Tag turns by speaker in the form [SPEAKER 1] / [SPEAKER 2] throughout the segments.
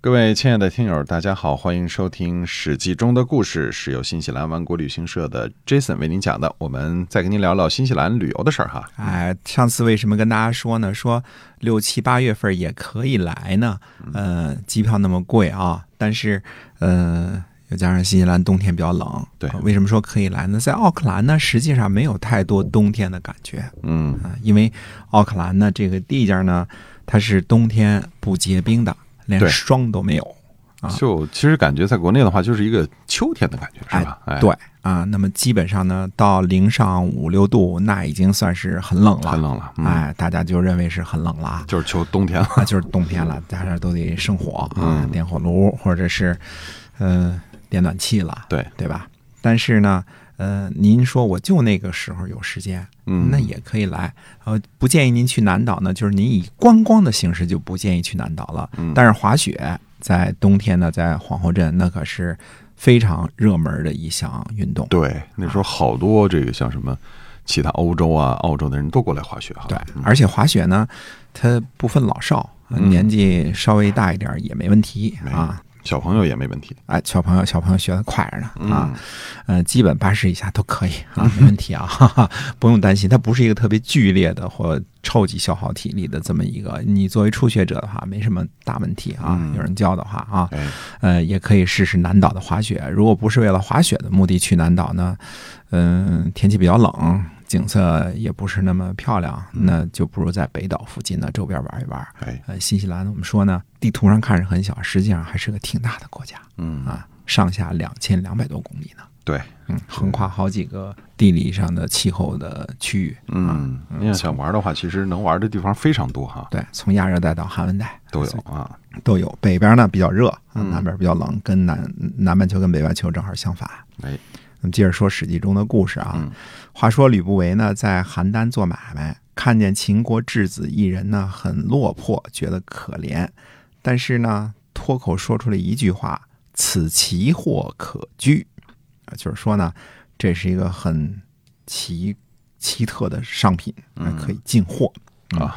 [SPEAKER 1] 各位亲爱的听友，大家好，欢迎收听《史记》中的故事，是由新西兰万国旅行社的 Jason 为您讲的。我们再跟您聊聊新西兰旅游的事儿哈。
[SPEAKER 2] 哎，上次为什么跟大家说呢？说六七八月份也可以来呢。呃，机票那么贵啊，但是呃，又加上新西兰冬天比较冷，
[SPEAKER 1] 对
[SPEAKER 2] 呃为什么说可以来呢？在奥克兰呢，实际上没有太多冬天的感觉
[SPEAKER 1] 嗯，
[SPEAKER 2] 啊、因为奥克兰呢这个地界儿呢，它是冬天不结冰的，连
[SPEAKER 1] 对
[SPEAKER 2] 霜都没有。
[SPEAKER 3] 嗯
[SPEAKER 2] 啊
[SPEAKER 1] 就其实感觉在国内的话，就是一个秋天的感觉，是吧？哎，
[SPEAKER 2] 对啊，那么基本上呢，到零上五六度，那已经算是很冷了。
[SPEAKER 1] 很冷了，嗯，
[SPEAKER 2] 哎，大家就认为是很冷了 啊，
[SPEAKER 1] 就是秋冬 天了。
[SPEAKER 2] 那就是冬天了，大家都得生火啊，
[SPEAKER 1] 嗯
[SPEAKER 2] 点火炉或者是，呃，电暖气了，
[SPEAKER 1] 对
[SPEAKER 2] 对吧？但是呢，呃，您说我就那个时候有时间，
[SPEAKER 1] 嗯，
[SPEAKER 2] 那也可以来。呃，不建议您去南岛呢，就是您以观光的形式就不建议去南岛了。
[SPEAKER 1] 嗯
[SPEAKER 2] 但是滑雪在冬天呢，在皇后镇那可是非常热门的一项运动。
[SPEAKER 1] 对，那时候好多这个像什么其他欧洲啊、澳洲的人都过来滑雪哈。
[SPEAKER 2] 对
[SPEAKER 1] 嗯，
[SPEAKER 2] 而且滑雪呢，它不分老少，呃
[SPEAKER 1] 嗯
[SPEAKER 2] 年纪稍微大一点儿也没问题
[SPEAKER 1] 没
[SPEAKER 2] 啊。
[SPEAKER 1] 小朋友也没问题。
[SPEAKER 2] 哎，小朋友，小朋友学的快着呢啊
[SPEAKER 1] 嗯，
[SPEAKER 2] 呃，基本八十以下都可以啊，没问题啊，哈哈，不用担心，它不是一个特别剧烈的或超级消耗体力的这么一个，你作为初学者的话，没什么大问题啊，
[SPEAKER 1] 嗯
[SPEAKER 2] 有人教的话啊，
[SPEAKER 1] 哎，
[SPEAKER 2] 呃，也可以试试南岛的滑雪。如果不是为了滑雪的目的去南岛呢，嗯、天气比较冷，景色也不是那么漂亮，那就不如在北岛附近的周边玩一玩。
[SPEAKER 1] 哎，
[SPEAKER 2] 呃，新西兰我们说呢，地图上看是很小，实际上还是个挺大的国家
[SPEAKER 1] 嗯，
[SPEAKER 2] 啊，上下两千两百多公里呢。
[SPEAKER 1] 对，
[SPEAKER 2] 嗯，横跨好几个地理上的气候的区域。
[SPEAKER 1] 嗯，你要想玩的话，其实能玩的地方非常多哈，
[SPEAKER 2] 对，从亚热带到寒温带
[SPEAKER 1] 都有
[SPEAKER 2] 所以
[SPEAKER 1] 啊。
[SPEAKER 2] 都有。北边呢比较热，啊
[SPEAKER 1] 嗯
[SPEAKER 2] 南边比较冷，跟南南半球跟北半球正好相反。
[SPEAKER 1] 哎，
[SPEAKER 2] 那么接着说《史记》中的故事啊。
[SPEAKER 1] 嗯
[SPEAKER 2] 话说吕不韦呢，在邯郸做买卖，看见秦国质子一人呢，很落魄，觉得可怜，但是呢，脱口说出了一句话：“此奇货可居。”啊，就是说呢，这是一个很奇奇特的商品，啊可以进货。嗯
[SPEAKER 1] 嗯啊，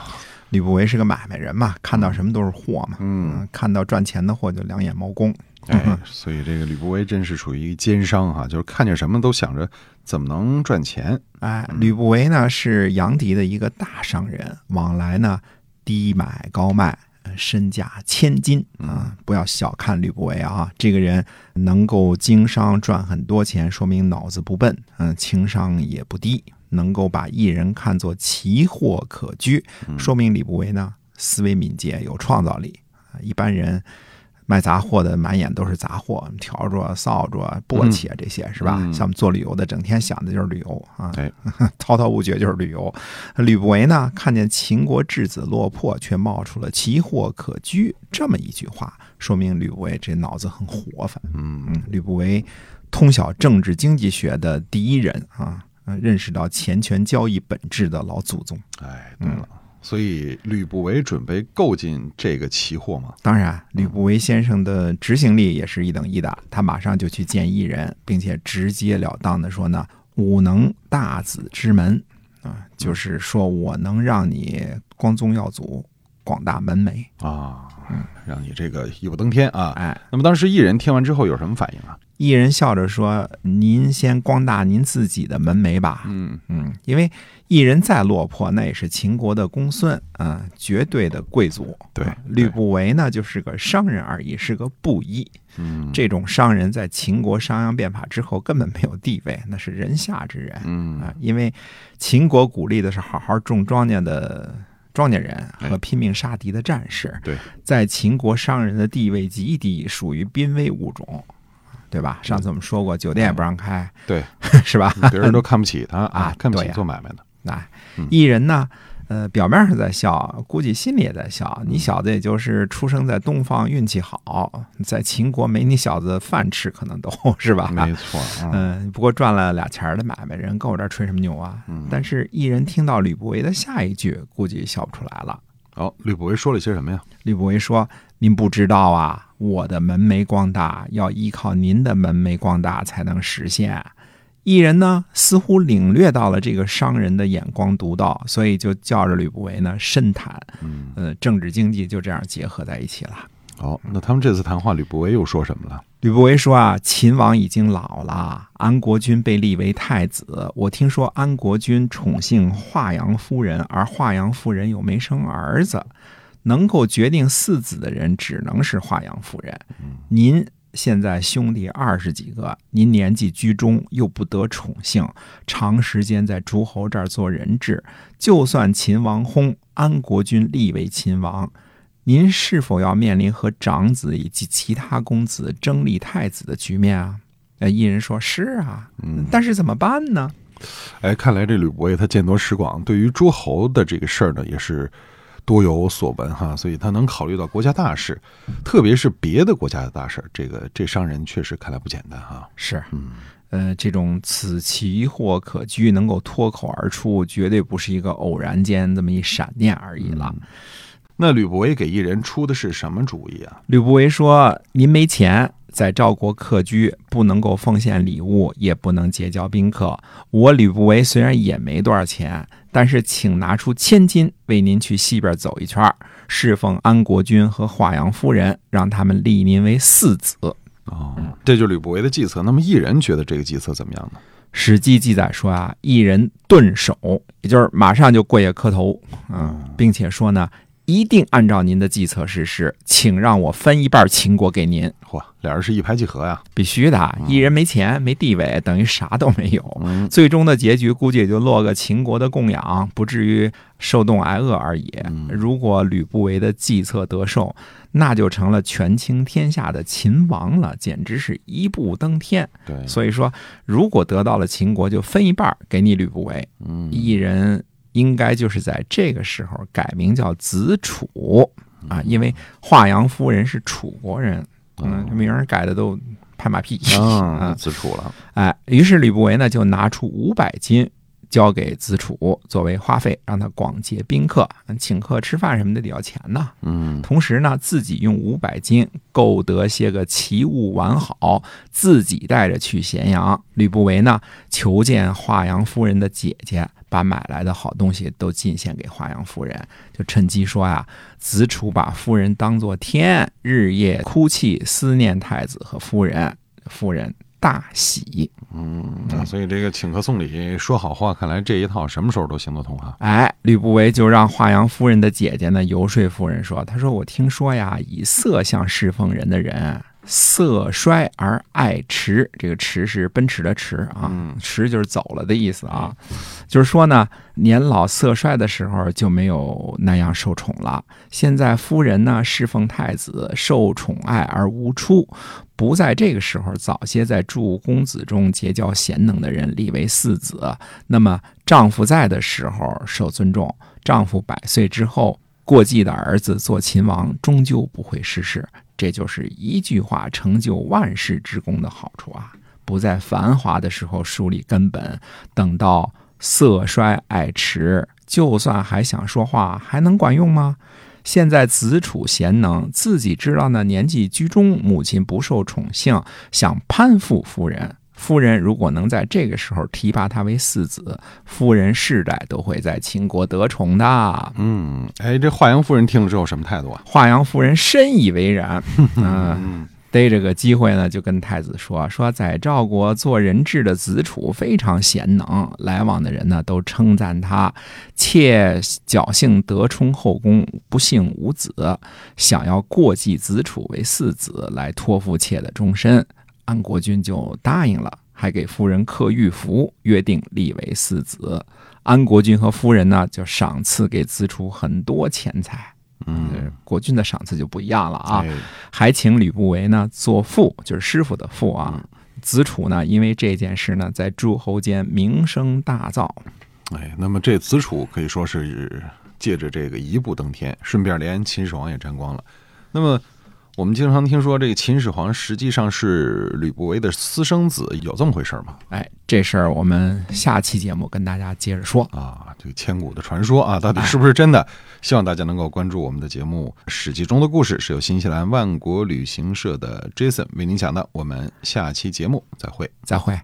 [SPEAKER 2] 吕不韦是个买卖人嘛，看到什么都是货嘛，
[SPEAKER 1] 嗯，
[SPEAKER 2] 看到赚钱的货就两眼冒光。
[SPEAKER 1] 哎，所以这个吕不韦真是属于一奸商哈，就是看见什么都想着怎么能赚钱。
[SPEAKER 2] 哎，吕不韦呢是杨迪的一个大商人，往来呢低买高卖，呃身价千金啊！不要小看吕不韦啊，这个人能够经商赚很多钱，说明脑子不笨，嗯，情商也不低，能够把艺人看作奇货可居，
[SPEAKER 1] 嗯
[SPEAKER 2] 说明吕不韦呢思维敏捷，有创造力。啊一般人卖杂货的满眼都是杂货，笤帚啊、扫帚啊、簸箕啊这些是吧？
[SPEAKER 1] 嗯
[SPEAKER 2] 像我们做旅游的，整天想的就是旅游啊，
[SPEAKER 1] 哎
[SPEAKER 2] 滔滔不绝就是旅游。吕不韦呢，看见秦国质子落魄，却冒出了“奇货可居”这么一句话，说明吕不韦这脑子很活泛。
[SPEAKER 1] 嗯，
[SPEAKER 2] 嗯，吕不韦通晓政治经济学的第一人啊，呃认识到钱权交易本质的老祖宗。
[SPEAKER 1] 哎，对了，
[SPEAKER 2] 嗯
[SPEAKER 1] 所以吕不韦准备购进这个奇货嘛？
[SPEAKER 2] 当然，吕不韦先生的执行力也是一等一的，他马上就去见异人，并且直截了当的说呢：“吾能大子之门啊，就是说我能让你光宗耀祖，广大门楣。
[SPEAKER 1] 啊，让你这个一步登天”啊！
[SPEAKER 2] 哎，
[SPEAKER 1] 那么当时艺人听完之后有什么反应啊？
[SPEAKER 2] 异人笑着说：“您先光大您自己的门楣吧。”
[SPEAKER 1] 嗯，
[SPEAKER 2] 嗯，因为异人再落魄，那也是秦国的公孙啊、绝对的贵族。
[SPEAKER 1] 对
[SPEAKER 2] 啊吕
[SPEAKER 1] 对
[SPEAKER 2] 不韦呢，就是个商人而已，是个布衣。
[SPEAKER 1] 嗯，
[SPEAKER 2] 这种商人在秦国商鞅变法之后根本没有地位，那是人下之人
[SPEAKER 1] 嗯
[SPEAKER 2] 啊！因为秦国鼓励的是好好种庄稼的庄稼人
[SPEAKER 1] 哎
[SPEAKER 2] 和拼命杀敌的战士，
[SPEAKER 1] 对，
[SPEAKER 2] 在秦国商人的地位极低，属于濒危物种，对吧？上次我们说过，酒店也不让开，
[SPEAKER 1] 对，
[SPEAKER 2] 是吧？
[SPEAKER 1] 别人都看不起 他
[SPEAKER 2] 啊
[SPEAKER 1] 看不
[SPEAKER 2] 对
[SPEAKER 1] 起
[SPEAKER 2] 呀
[SPEAKER 1] 做买卖 的。
[SPEAKER 2] 哎
[SPEAKER 1] 嗯，
[SPEAKER 2] 艺人呢，呃，表面上在笑，估计心里也在笑。
[SPEAKER 1] 嗯
[SPEAKER 2] 你小子也就是出生在东方，运气好，在秦国没你小子饭吃，可能都 是吧？
[SPEAKER 1] 没错，嗯，
[SPEAKER 2] 嗯，不过赚了俩钱儿的买卖，人跟我这儿吹什么牛啊？
[SPEAKER 1] 嗯
[SPEAKER 2] 但是艺人听到吕不韦的下一句，估计笑不出来了。
[SPEAKER 1] 哦，吕不韦说了些什么呀？
[SPEAKER 2] 吕不韦说：“您不知道啊，我的门楣光大要依靠您的门楣光大才能实现。异人呢，似乎领略到了这个商人的眼光独到，所以就叫着吕不韦呢深谈。
[SPEAKER 1] 嗯，
[SPEAKER 2] 呃，政治经济就这样结合在一起了。
[SPEAKER 1] 好、哦那他们这次谈话，吕不韦又说什么了？
[SPEAKER 2] 吕不韦说啊，秦王已经老了，安国君被立为太子。我听说安国君宠幸华阳夫人，而华阳夫人又没生儿子，能够决定嗣子的人只能是华阳夫人。您现在兄弟二十几个，您年纪居中，又不得宠幸，长时间在诸侯这儿做人质，就算秦王薨，安国君立为秦王，您是否要面临和长子以及其他公子争立太子的局面啊？呃，一人说：“是啊，但是怎么办呢？
[SPEAKER 1] 哎，看来这吕不韦他见多识广，对于诸侯的这个事儿呢，也是多有所闻哈，所以他能考虑到国家大事，特别是别的国家的大事儿。这个这商人确实看来不简单哈。
[SPEAKER 2] 是，
[SPEAKER 1] 嗯，
[SPEAKER 2] 呃，这种此其祸可居，能够脱口而出，绝对不是一个偶然间这么一闪念而已了。
[SPEAKER 1] 那吕不韦给一人出的是什么主意啊？
[SPEAKER 2] 吕不韦说：“您没钱，在赵国客居，不能够奉献礼物，也不能结交宾客。我吕不韦虽然也没多少钱，但是请拿出千金为您去西边走一圈儿，侍奉安国君和华阳夫人，让他们立您为嗣子。”
[SPEAKER 1] 哦，这就是吕不韦的计策。那么一人觉得这个计策怎么样呢？
[SPEAKER 2] 《史记》记载说啊，一人顿首，也就是马上就跪下磕头，嗯，并且说呢，一定按照您的计策实施，请让我分一半秦国给您，
[SPEAKER 1] 嚯，俩人是一拍即合呀。
[SPEAKER 2] 必须的。啊一人没钱没地位，等于啥都没有，
[SPEAKER 1] 嗯，
[SPEAKER 2] 最终的结局估计也就落个秦国的供养，不至于受冻挨饿而已。如果吕不韦的计策得手，那就成了权倾天下的秦王了，简直是一步登天。
[SPEAKER 1] 对，
[SPEAKER 2] 所以说，如果得到了秦国，就分一半儿给你吕不韦。
[SPEAKER 1] 嗯
[SPEAKER 2] 异人应该就是在这个时候改名叫子楚啊，因为华阳夫人是楚国人，嗯，这名儿改的都拍马屁
[SPEAKER 1] 嗯，
[SPEAKER 2] 啊。
[SPEAKER 1] 自处了。
[SPEAKER 2] 哎，于是吕不韦呢就拿出五百金交给子楚作为花费，让他广结宾客，嗯请客吃饭什么的得要钱呐。
[SPEAKER 1] 嗯，
[SPEAKER 2] 同时呢，自己用五百金购得些个奇物完好，自己带着去咸阳。吕不韦呢，求见华阳夫人的姐姐，把买来的好东西都进献给华阳夫人，就趁机说啊呀，子楚把夫人当作天，日夜哭泣思念太子和夫人，夫人大喜。
[SPEAKER 1] 嗯所以这个请客送礼、说好话，看来这一套什么时候都行得通哈。
[SPEAKER 2] 哎，吕不韦就让华阳夫人的姐姐呢游说夫人说：“他说我听说呀，以色相侍奉人的人，色衰而爱驰。这个驰是奔驰的驰啊，驰就是走了的意思啊。就是说呢，年老色衰的时候就没有那样受宠了。现在夫人呢侍奉太子，受宠爱而无出，不在这个时候早些在诸公子中结交贤能的人，立为嗣子。那么丈夫在的时候受尊重，丈夫百岁之后过继的儿子做秦王，终究不会失势。这就是一句话成就万世之功的好处啊！不在繁华的时候树立根本，等到色衰爱弛，就算还想说话，还能管用吗？现在子楚贤能，自己知道呢年纪居中，母亲不受宠幸，想攀附夫人。夫人如果能在这个时候提拔他为嗣子，夫人世代都会在秦国得宠的。
[SPEAKER 1] 嗯，哎，这华阳夫人听了之后什么态度啊？
[SPEAKER 2] 华阳夫人深以为然，嗯，逮着个机会呢，就跟太子说说，在赵国做人质的子楚非常贤能，来往的人呢都称赞他，妾侥幸得充后宫，不幸无子，想要过继子楚为嗣子，来托付妾的终身。安国君就答应了，还给夫人刻玉符，约定立为嗣子。安国君和夫人呢，就赏赐给子楚很多钱财。嗯，国君的赏赐就不一样了啊。
[SPEAKER 1] 哎
[SPEAKER 2] 还请吕不韦呢做傅，就是师傅的傅啊。子楚呢，因为这件事呢，在诸侯间名声大噪。
[SPEAKER 1] 哎，那么这子楚可以说是借着这个一步登天，顺便连秦始皇也沾光了。那么我们经常听说这个秦始皇实际上是吕不韦的私生子，有这么回事儿吗？
[SPEAKER 2] 哎，这事儿我们下期节目跟大家接着说。
[SPEAKER 1] 啊，这个千古的传说啊，到底是不是真的？希望大家能够关注我们的节目《史记中的故事》，是由新西兰万国旅行社的 Jason 为您讲的。我们下期节目再会。
[SPEAKER 2] 再会。